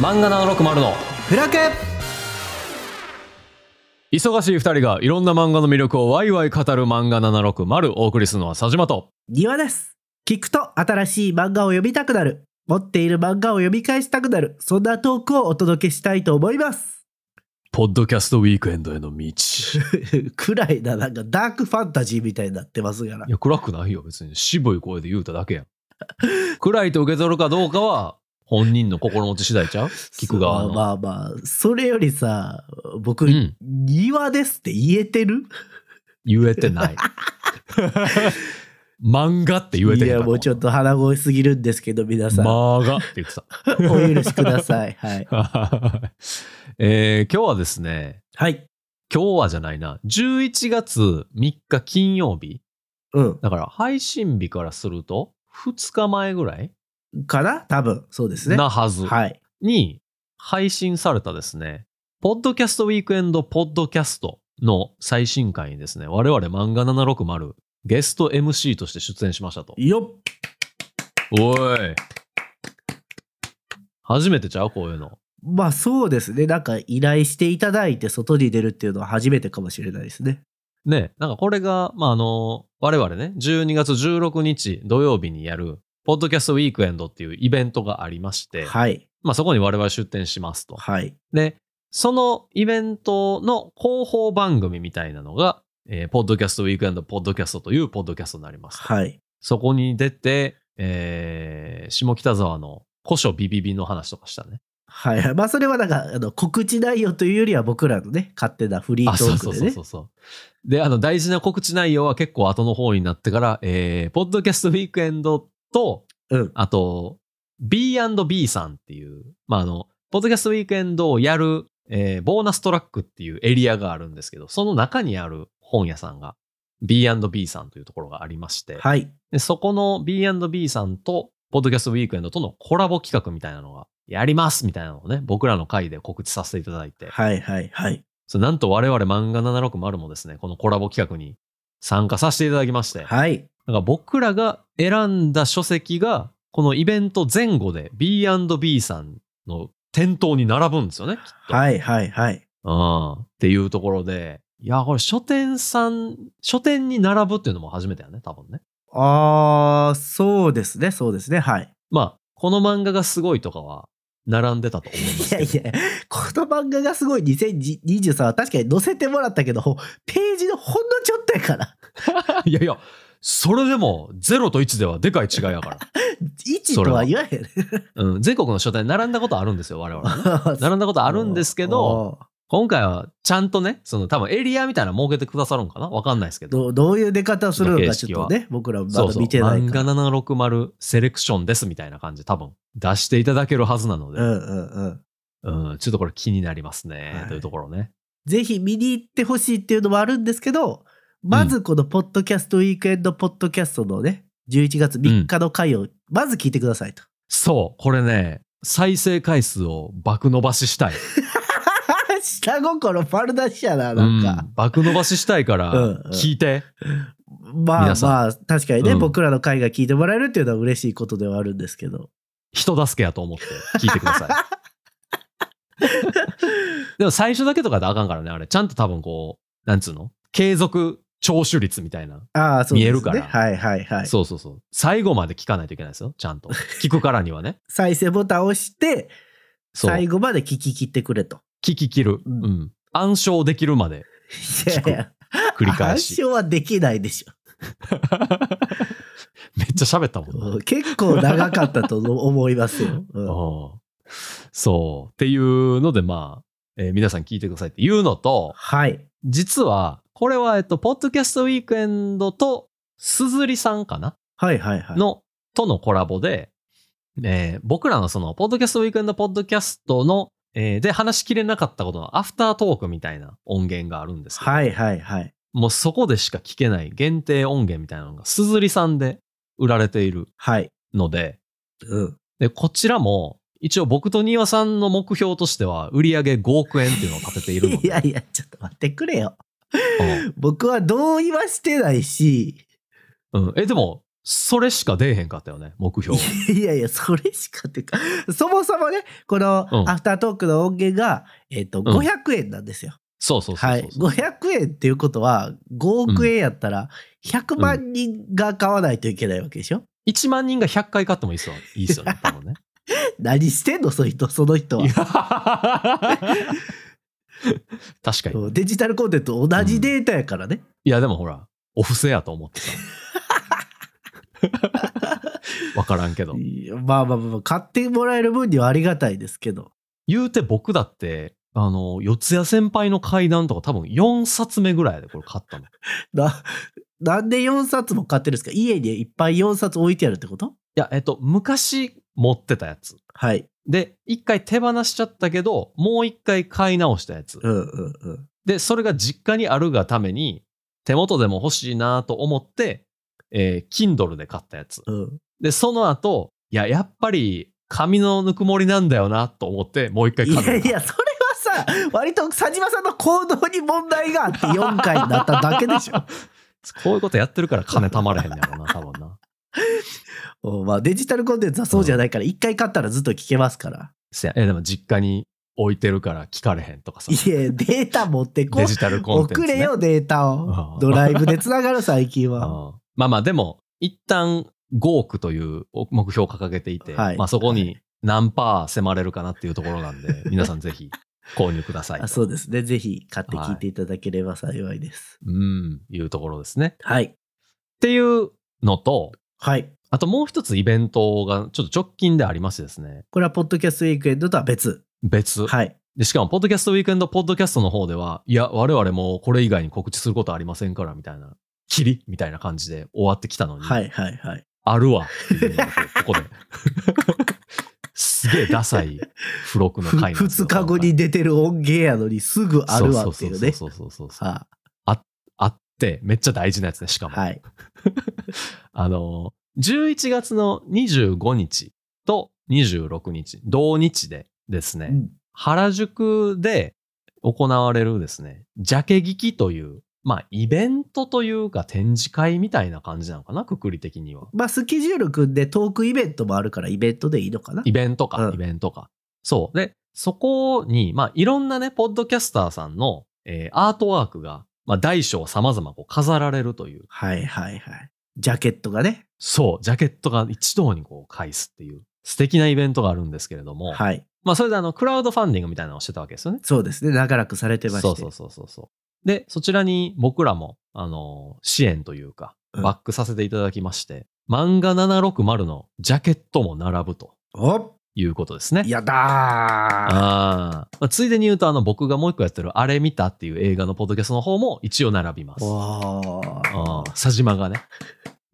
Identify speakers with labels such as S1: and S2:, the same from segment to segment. S1: 漫画760の
S2: フラク
S1: 忙しい二人がいろんな漫画の魅力をワイワイ語る漫画760をお送りするのは佐島と
S2: 庭です聞くと新しい漫画を読みたくなる持っている漫画を読み返したくなるそんなトークをお届けしたいと思います
S1: ポッドキャストウィークエンドへの道い
S2: くらいななんかダークファンタジーみたいになってますから
S1: や暗くないよ別に渋い声で言うただけやん暗いと受け取るかどうかは本人の心持ち次第 ちゃう聞く側の
S2: まあまあまあそれよりさ僕、
S1: うん
S2: 庭ですって言えてる
S1: 言えてない 漫画って言えてへ
S2: い
S1: んか
S2: や
S1: ら
S2: もうちょっと鼻声すぎるんですけど皆さん、
S1: 漫画って言 ってた
S2: お許しくださいはい
S1: えー今日はですね
S2: はい
S1: 今日はじゃないな11月3日金曜日
S2: うん
S1: だから配信日からすると2日前ぐらい
S2: かな多分そうですね
S1: なはず
S2: はい
S1: に配信されたですね、ポッドキャストウィークエンドポッドキャストの最新回にですね、我々漫画760ゲスト MC として出演しましたと。
S2: よっ
S1: おい。初めてちゃうこういうの。
S2: まあそうですね。なんか依頼していただいて外に出るっていうのは初めてかもしれないですね。
S1: ね、なんかこれが、まあ、あの、我々ね、12月16日土曜日にやる、ポッドキャストウィークエンドっていうイベントがありまして、
S2: はい。
S1: まあそこに我々出展しますと。
S2: はい。
S1: で、そのイベントの広報番組みたいなのが、えーポッドキャストウィークエンドポッドキャストというポッドキャストになります。
S2: はい。
S1: そこに出て、えー下北沢の古書ビビビの話とかしたね。
S2: はい。 まあそれはなんかあの告知内容というよりは僕らのね、勝手なフリー
S1: あ、
S2: ト
S1: そう
S2: ー
S1: そう
S2: ク
S1: そう
S2: で
S1: そ
S2: ね。
S1: うそう。で、あの、大事な告知内容は結構後の方になってから、えーポッドキャストウィークエンドと、
S2: うん
S1: あと、B&B さんっていう、まあ、あの、ポッドキャストウィークエンドをやる、えーボーナストラックっていうエリアがあるんですけど、その中にある本屋さんが B&B さんというところがありまして、
S2: はい。
S1: でそこの B&B さんと、ポッドキャストウィークエンドとのコラボ企画みたいなのが、やりますみたいなのをね、僕らの回で告知させていただいて、
S2: はいはいはい。
S1: そうなんと我々漫画760もですね、このコラボ企画に参加させていただきまして、
S2: はい。
S1: なんか僕らが選んだ書籍が、このイベント前後で B&B さんの店頭に並ぶんですよね、きっと。
S2: はいはいはい。
S1: うん。っていうところで、いや、これ書店さん、書店に並ぶっていうのも初めてやね、多分ね。
S2: あー、そうですね。そうですね。はい。
S1: まあ、この漫画がすごいとかは、並んでたと思います
S2: い
S1: け
S2: や
S1: ど。
S2: いや、この漫画がすごい2023は確かに載せてもらったけど、ほページのほんのちょっとやから。
S1: いやいや、それでも0と1ではでかい違いやから。
S2: 1とは言わへん ね。
S1: うん、全国の書店に並んだことあるんですよ、我々。
S2: な
S1: 並んだことあるんですけど、、今回はちゃんとね、その多分エリアみたいなの設けてくださるんかなわかんないですけど。
S2: どどういう出方をするのかちょっとね、僕らまだ
S1: そうそう。
S2: 見てない
S1: 漫
S2: か
S1: 画
S2: ら。
S1: 760セレクションですみたいな感じ、多分出していただけるはずなので、
S2: うんうんうん。
S1: うん、ちょっとこれ気になりますね、
S2: はい
S1: というところね。
S2: ぜひ見に行ってほしいっていうのもあるんですけど、まずこのポッドキャストウィークエンドポッドキャストのね、11月3日の回をまず聞いてくださいと。
S1: そう、これね、再生回数を爆伸ばししたい。
S2: 下心丸出し やな、なんか
S1: う。ん爆伸ばししたいから
S2: うんうん、
S1: 聞いて。
S2: まあ
S1: 皆さん
S2: まあ、確かにね、
S1: うん
S2: 僕らの回が聞いてもらえるっていうのは嬉しいことではあるんですけど。
S1: 人助けやと思って聞いてく ださい。でも最初だけとかであかんからね、あれ。ちゃんと多分こう、なんつうの継続聴取率みたいな。
S2: ああ、そうですね。
S1: 見えるから
S2: はいはいはい。
S1: そうそうそう。最後まで聞かないといけないですよ。ちゃんと。聞くからには ね。
S2: 再生ボタンを押して、
S1: そう。
S2: 最
S1: 聞
S2: 後まで聞き切ってくれ と。
S1: き切る。う
S2: うん
S1: ん。暗唱できるまで
S2: いやいや
S1: 繰り返し。
S2: 暗唱はできないでし
S1: めっちゃ喋ったもんな
S2: ょ。結構長かったと思います よ。うん
S1: うん。そう。っていうので、まあ、えー皆さん聞いてくださいっていうのと、
S2: はい。
S1: 実は、これは、えっと、ポッドキャストウィークエンドと、すずりさんかな
S2: はいはいはい。
S1: の、とのコラボで、えー僕らのその、ポッドキャストウィークエンドポッドキャストの、えーで話しきれなかったことのアフタートークみたいな音源があるんですけど、
S2: はいはいはい。
S1: もうそこでしか聞けない限定音源みたいなのが、すずりさんで売られている
S2: はい。
S1: ので、
S2: うん。
S1: で、こちらも、一応僕と庭さんの目標としては、売り上げ5億円っていうのを立てているの
S2: い
S1: で、
S2: やいや、ちょっと待ってくれよ。
S1: うん
S2: 僕は同意はしてないし、
S1: うんえ、でも、それしか出えへんかったよね、目標。
S2: いやいや、それしかっていうか、そもそもね、この
S1: うん
S2: アフタートークの音源が、えっ、と、
S1: ん
S2: 500円なんですよ。
S1: そうそうそうそう
S2: はい。500円っていうことは、5億円やったら、100万人が買わないといけないわけでしょ、
S1: 1万人が100回買ってもいいっすよいいっすよね、多分ね。
S2: 何してんのその人、その人はい
S1: や。確かに。
S2: うんデジタルコンテンツと同じデータやからね。
S1: いや、でもほら、お布施やと思ってさ。わからんけど。
S2: いやまあまあまあまあ、買ってもらえる分にはありがたいですけど。
S1: 言うて僕だって、あの、四谷先輩の階段とか多分4冊目ぐらいでこれ買ったの。い
S2: な、 なんで4冊も買ってるんですか家にいっぱい4冊置いてあるってこと
S1: や、えっと、昔持ってたやつ。
S2: はい。
S1: で、一回手放しちゃったけど、もう一回買い直したやつ。
S2: うんうんうん。
S1: で、それが実家にあるがために、手元でも欲しいなと思って、えー Kindle で買ったやつ。
S2: うん。
S1: で、その後、いや、やっぱり、紙のぬくもりなんだよなと思って、もう一回
S2: い
S1: 紙を
S2: や
S1: 買っ
S2: い
S1: た
S2: や、それはさ、割と佐島さんの行動に問題があって4回になっただけ でしょ。
S1: こういうことやってるから金貯まれへんねやろな、多分な。
S2: うんまあデジタルコンテンツはそうじゃないから、1回買ったらずっと聞けま すから。
S1: せや、え、でも実家に置いてるから聞かれへんとかさ
S2: い。や、データ持ってこ
S1: デジタルコンテンツ、
S2: 送
S1: ね。
S2: れよ、データ
S1: う
S2: を
S1: ん。
S2: ドライブでつながる、最近
S1: うん
S2: は。
S1: まあまあ、でも、一旦5億という目標を掲げていて、
S2: はい
S1: まあそこ
S2: は
S1: に何パー迫れるかなっていうところなんで、 皆さんぜひ購入ください
S2: あ。そうですね。ぜひ買って聞いていただければ幸いです。
S1: うん、いうところですね。っ
S2: はい。
S1: ていうのと、
S2: はい。
S1: あともう一つイベントがちょっと直近でありましてですね、
S2: これは、ポッドキャストウィークエンドとは別。
S1: 別。
S2: はい。
S1: でしかも、ポッドキャストウィークエンド、ポッドキャストの方では、いや、我々もうこれ以外に告知することありませんから、みたいな、キリみたいな感じで終わってきたのに、
S2: はい、はい、はい。
S1: あるわっていうのがこうここで。すげえダサい付録の
S2: ふ
S1: 回なんです
S2: 2
S1: よ
S2: 日後に出てる音源やのにすぐあるわっていうね。
S1: そうそうそうそうそうそう
S2: は
S1: あって、めっちゃ大事なやつね、しか
S2: あ
S1: も。
S2: はい。
S1: あのー、11月の25日と26日、同日でですね、
S2: うん
S1: 原宿で行われるですね、ジャケ聞きという、まあ、イベントというか展示会みたいな感じなのかな、くくり的には。
S2: まあ、スケジュール組んでトークイベントもあるから、イベントでいいのかな
S1: イベントか、
S2: うん
S1: イベントか。そう。で、そこに、まあ、いろんなね、ポッドキャスターさんの、えーアートワークが、まあ、大小様々こう飾られるという、
S2: はい、はい、はい。ジャケットがね。
S1: そう、ジャケットが一堂にこう返すっていう、素敵なイベントがあるんですけれども、
S2: はい。
S1: まあ、それであの、クラウドファンディングみたいなのをしてたわけですよね。
S2: そうですね。長らくされてまして。
S1: そうそうそうそうそう。で、そちらに僕らも、あのー支援というか、
S2: うん
S1: バックさせていただきまして、漫画760のジャケットも並ぶと
S2: お
S1: いうことですね。
S2: やだー
S1: あーまあついでに言うと、あの、僕がもう一個やってる、あれ見たっていう映画のポッドキャストの方も一応並びます。
S2: お
S1: あー
S2: ー
S1: 佐島がね、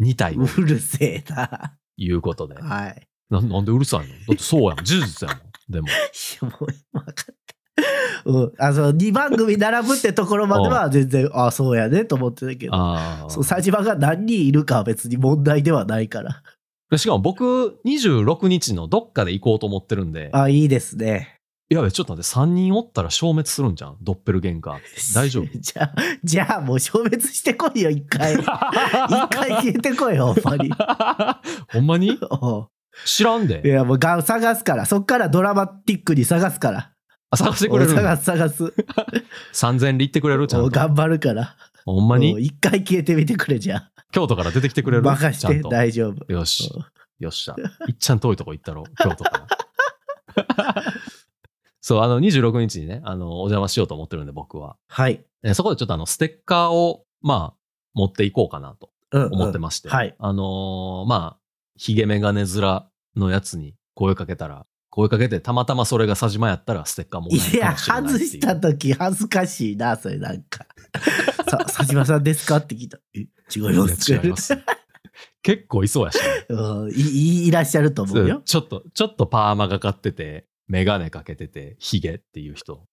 S1: 2体と
S2: うるせえな。
S1: いうこと で。
S2: はい。
S1: ななんでうるさいのだってそうやもん。事実やもん。でも。
S2: い や、もう、分かった。うん。あ、その、2番組並ぶってところまでは全然、あ、そうやね、と思ってたけど。
S1: あー
S2: そう、佐島が何人いるかは別に問題ではないから。
S1: でしかも僕、26日のどっかで行こうと思ってるんで、
S2: あ、いいですね。
S1: やべ、ちょっと待って、3人おったら消滅するんじゃんドッペルゲンガーって。大丈夫
S2: じゃあ、じゃあもう消滅してこいよ、一 回。一回消えてこいよ、ほんまに。
S1: ほんまに
S2: おう
S1: 知らん
S2: い
S1: で。
S2: や、もうが探すから。そっからドラマティックに探すから。
S1: あ、探してくれる
S2: お
S1: ん
S2: う
S1: だ
S2: 探す探す。
S1: 3000里行ってくれるちゃ
S2: おうん
S1: と。
S2: 頑張るから。
S1: ほんま
S2: おう
S1: に
S2: 一回消えてみてくれ、じゃあ。
S1: 京都から出てきてくれる
S2: 任し
S1: ちゃ
S2: て、
S1: んと。
S2: 大丈夫。
S1: よし
S2: お。
S1: よっしゃ。いっちゃん遠いとこ行ったろ、京都から。そう、あの、26日にね、あの、お邪魔しようと思ってるんで、僕は。
S2: はい。
S1: えそこでちょっとあの、ステッカーを、まあ、持っていこうかなと
S2: うんうん
S1: 思ってまして。
S2: はい。
S1: あのーまあ、ヒゲメガネ面のやつに声かけたら、声かけて、たまたまそれが佐島やったら、ステッカーもらえ
S2: い
S1: るか
S2: や、
S1: もしれないって
S2: 外
S1: いう
S2: した時恥ずかしいな、それなんか。 さ、佐島さんですかって聞いた。え、違います。
S1: いや違います。結構いそうやしね、
S2: うんいいいらっしゃると思うよ。
S1: ちょっと、ちょっとパーマがかってて、メガネかけてて、ヒゲっていう人。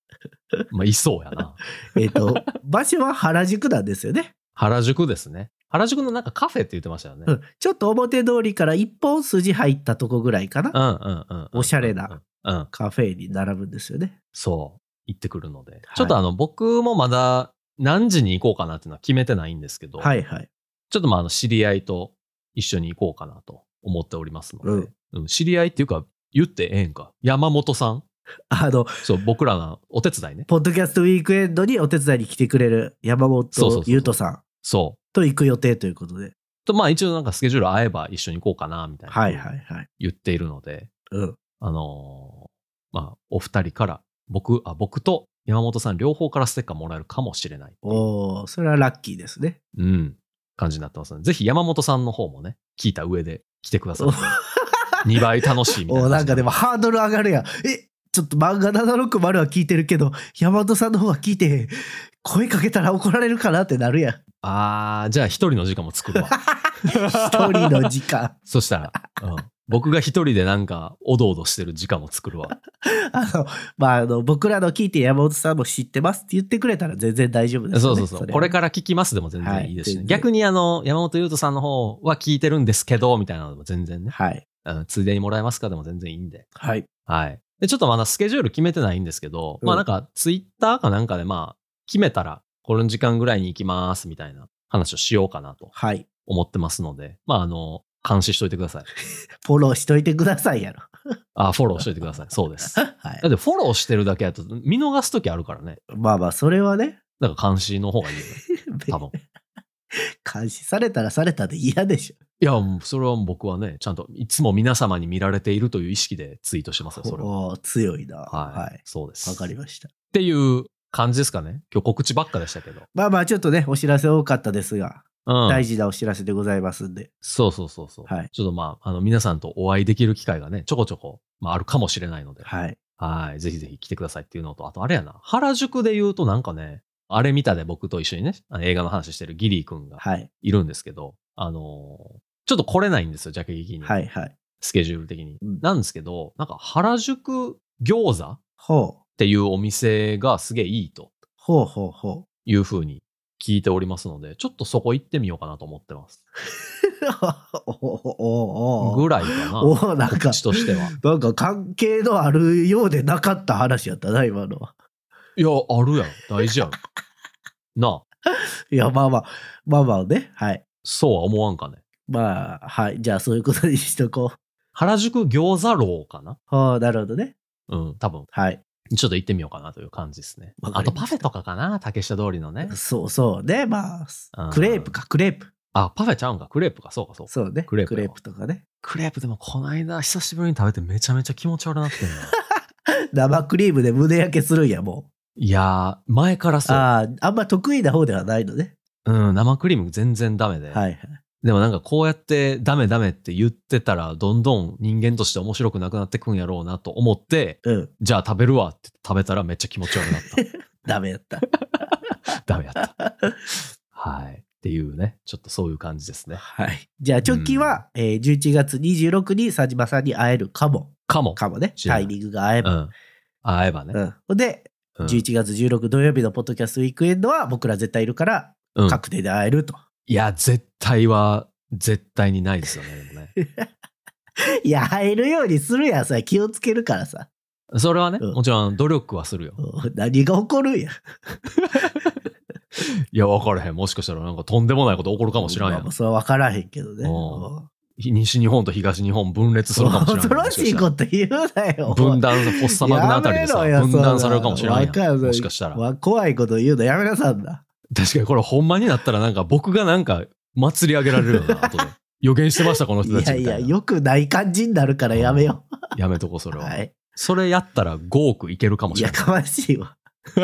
S1: まあ、いそうやな。
S2: えっ、と、場所は原宿なんですよね。
S1: 原宿ですね。原宿のなんかカフェって言ってましたよね。
S2: う
S1: うん
S2: ん、ちょっと表通りから一本筋入ったとこぐらいかな。
S1: うんうん。
S2: おしゃれな。
S1: うん。
S2: カフェに並ぶんですよね。
S1: そう。行ってくるので。
S2: い
S1: ちょっとあの、僕もまだ何時に行こうかなっていうのは決めてないんですけど、
S2: はいはい。
S1: ちょっとまあ、あの、知り合いと一緒に行こうかなと思っておりますので、
S2: うん
S1: うん知り合いっていうか、言ってええんか。山本さん。
S2: あの、
S1: そう、僕らの お手伝いね。
S2: ポッドキャストウィークエンドにお手伝いに来てくれる山
S1: そうそうそ
S2: 本
S1: うそう
S2: 優斗さん
S1: そ
S2: と行く予定ということで。
S1: う。と、まあ一応なんかスケジュール合えば一緒に行こうかな、みたいな。
S2: はいはいはい。
S1: 言っているので、
S2: うん。
S1: あのーまあ、お二人から、僕、あ、僕と山本さん両方からステッカーもらえるかもしれない。
S2: おーそれはラッキーですね。
S1: うん。感じになってますので、ぜひ山本さんの方もね、聞いた上で来てく ださい。2倍楽しいみたい
S2: お
S1: な。
S2: ーなんかでも。ハードル上がるやん。えちょっと漫画760は聞いてるけど、山本さんの方は聞いてへん。声かけたら怒られるかなってなる やん。
S1: あー、じゃあ一人の時間も作るわ。
S2: 一人の時間。
S1: そしたら、うん、僕が一人でなんか、おどおどしてる時間も作る わ。
S2: あの、まあ、あの、僕らの聞いて山本さんも知ってますって言ってくれたら全然大丈夫です、ね。
S1: そうそうそう。
S2: れ
S1: これから聞きますでも全然いいですし、ね
S2: はい全然
S1: 逆にあの、山本優斗さんの方は聞いてるんですけど、みたいなのでも全然ね、
S2: はい。
S1: うん、ついでにもらえますかでも全然いいんで。
S2: はい。
S1: はい。で、ちょっとまだスケジュール決めてないんですけど、
S2: うん
S1: まあなんか、ツイッターかなんかでまあ、決めたら、この時間ぐらいに行きます、みたいな話をしようかなと
S2: はい。
S1: 思ってますので、まああの、監視しといてください。
S2: フォローしといてくださいやろ。
S1: あ、フォローしといてください。そう です。だ
S2: はい
S1: っ。てフォローしてるだけやと見逃すときあるからね。
S2: まあまあ、それはね、
S1: だから監視の方がい いよね。多分。
S2: 監視されたらされたで嫌でしょ。
S1: いや、もうそれは僕はね、ちゃんといつも皆様に見られているという意識でツイートしてますよ、それは。
S2: おー強いな。
S1: はい。
S2: はい。
S1: そうです。
S2: わかり
S1: っ
S2: ました。
S1: ていう感じですかね。今日告知ばっかでしたけど。
S2: まあまあ、ちょっとね、お知らせ多かったですが、
S1: うん。
S2: 大事なお知らせでございますんで。
S1: そうそうそうそう。
S2: はい
S1: ちょっとまあ、あの、皆さんとお会いできる機会がね、ちょこちょこ、まあ、あるかもしれないので、
S2: はい。
S1: はい。ぜひぜひ来てくださいっていうのと、あとあれやな、原宿で言うとなんかね、あれ見たで僕と一緒にね、あの映画の話してるギリーくんが
S2: はい。
S1: いるんですけど、あのーちょっと来れないんですよ、ジャケ劇に。
S2: はい。はい。
S1: スケジュール的に。
S2: うん
S1: なんですけど、なんか原宿餃子っ
S2: ほう。
S1: ていうお店がすげえいいと
S2: ほうほうほう。
S1: いうふうに聞いておりますので、ちょっとそこ行ってみようかなと思ってます。
S2: おおおお
S1: ぐらいか な。
S2: おおなんか
S1: 告知、としては。
S2: なんか関係のあるようでなかった話やったな、今のは。
S1: いや、あるやん。大 事やん。なあ、
S2: いや、まあまあ、まあまあね。はい。
S1: そうは思わんかね。
S2: まあ、はい。じゃあ、そういうことにしとこう。
S1: 原宿餃子楼かな
S2: ほう、なるほどね。
S1: うん、多分。
S2: はい。
S1: ちょっと行ってみようかなという感じですね。
S2: わか
S1: あ
S2: り
S1: と
S2: まし
S1: パ
S2: た
S1: フェとかかな竹下通りのね。
S2: そうそうね。
S1: う
S2: ま
S1: ん
S2: あ、クレープか、クレープ。
S1: あ、パフェちゃうんか。クレープか。そうか、そうか。
S2: そうね。
S1: ク
S2: ク
S1: レ
S2: レ
S1: ー
S2: ー
S1: プ
S2: プ
S1: よ
S2: とかね。
S1: クレープでもこの間久しぶりに食べてめちゃめちゃ気持ち悪なってんな。
S2: 生クリームで胸焼けするんや、も
S1: いやー、前から
S2: う。
S1: さ、
S2: ああ、あんま得意な方ではないのね。
S1: うん、生クリーム全然ダメで。
S2: はいはい。
S1: でもなんかこうやってダメダメって言ってたら、どんどん人間として面白くなくなってくんやろうなと思って、
S2: うん。
S1: じゃあ食べるわって食べ たらめっちゃ気持ち悪くなった。
S2: ダメや った。
S1: ダメやった。はい。っていうね、ちょっとそういう感じですね。
S2: はい。じゃあ、直近は、えー11月26日に佐島さんに会えるかも。
S1: かも。
S2: かもね。
S1: 知らな
S2: タ
S1: い
S2: イミングが合え
S1: う
S2: ば。
S1: ん。会えば
S2: う
S1: ね。
S2: ん。ほんで、
S1: うん
S2: 11月16土曜日のポッドキャストウィークエンドは僕ら絶対いるから、
S1: うん
S2: 確定で会えると。
S1: いや、絶対は、絶対にないですよね。でもね
S2: いや、会えるようにするやん、さ。気をつけるからさ。
S1: それはね、
S2: うん
S1: もちろん努力はするよ。
S2: うん何が起こるんや。
S1: いや、分からへん。もしかしたらなんかとんでもないこと起こるかもしらんや
S2: まあ
S1: ん
S2: まあ。それは分からへんけど
S1: う
S2: ね。
S1: ん
S2: うん
S1: 西日本と東日本分裂するかもしれんやん
S2: 恐ろしいこと言うなよ。お
S1: 分
S2: 前
S1: 断、フォッサマグナあたりでさ、
S2: やめろよ
S1: 分断されるかもしれない
S2: そんな
S1: や
S2: わ
S1: ん。
S2: かる
S1: もしかしたら。
S2: わ怖いこと言うのやめなさんだ。
S1: 確かにこれほんまになったらなんか僕がなんか祭り上げられるよな、後で。予言してました、この
S2: い
S1: 人たちみた
S2: や
S1: いな。
S2: いや、良くない感じになるからやめよ。
S1: やめとこ、そうれは。
S2: はい。
S1: それやったら5億いけるかも
S2: い
S1: しれ
S2: や、
S1: ない。
S2: かましいわ。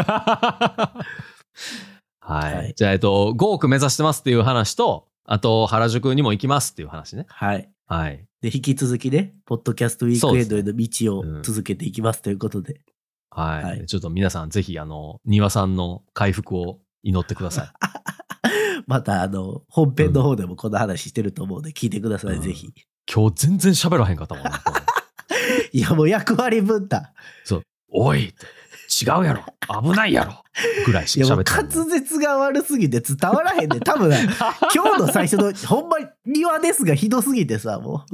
S1: はい、
S2: はい
S1: じゃあ、えっと、5億目指してますっていう話と、あと、原宿にも行きますっていう話ね。
S2: はい。
S1: はい。
S2: で、引き続きね、ポッドキャストウィークエンドへの道を続けていきますということで。
S1: はい。
S2: はい
S1: ちょっと皆さん、ぜひ、あの、庭さんの回復を祈ってくださ
S2: また、あの、本編の方でもこの話してると思うので、聞いてください、
S1: うん
S2: ぜひ。
S1: い。今日全然喋らへんかった もんな。
S2: いや、もう役割分担。
S1: おいって違うやろ危ないやろぐらい
S2: い
S1: し
S2: や、
S1: か
S2: も
S1: 喋
S2: う
S1: ってない
S2: 滑舌が悪すぎて伝わらへん で、多分な今日の最初の、ほんまに庭ですがひどすぎてさ、も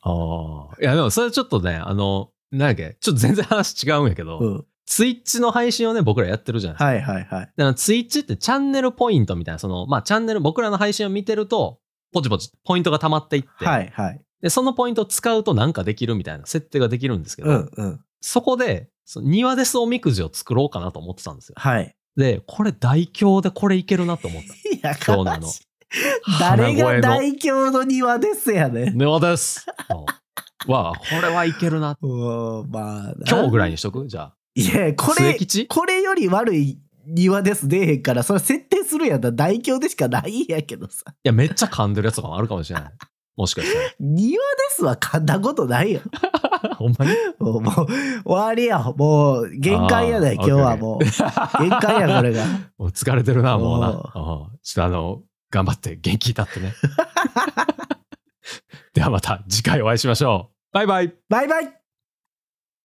S1: ああ。いや、でもそれちょっとね、あの、なんやっけ、ちょっと全然話違うんやけど、
S2: う。うん。
S1: ツイッチの配信をね、僕らやってるじゃないですか。
S2: はいはいは
S1: だ
S2: い。
S1: からツイッチってチャンネルポイントみたいな、その、まあチャンネル、僕らの配信を見てると、ポチポチポイントが溜まっていって、
S2: はいはい。
S1: で、そのポイントを使うとなんかできるみたいな設定ができるんですけど、
S2: うんうん。
S1: そこで、その庭ですおみくじを作ろうかなと思ってたんですよ。
S2: はい。
S1: で、これ大凶でこれいけるなと思った。
S2: いや、
S1: そうなの
S2: 悲しい 誰
S1: 鼻声
S2: が
S1: の
S2: 大凶の庭ですやね。
S1: 庭 です。うんわあ、これはいけるな。
S2: うん、まあ。
S1: 今日ぐらい
S2: に。
S1: にしとくじゃあ。
S2: いや、こ
S1: 末
S2: れ、
S1: 吉
S2: これより悪い庭です出えへんから、それ設定するやったら大凶でしかないんやけどさ。
S1: いや、めっちゃ噛んでるやつとかもあるかもしれ ない。もしかした
S2: 庭ですは噛んだことないよ。
S1: ら。ほんまに
S2: もう、もう終わりや。もう、限界やね、
S1: あー
S2: 今日はもう。限界や、これが。
S1: もう疲れてるな、もうな。
S2: お
S1: う
S2: う
S1: んちょっとあの、頑張って元気になって ね。ではまた次回お会いしましょう。バイバイ。
S2: バイバイ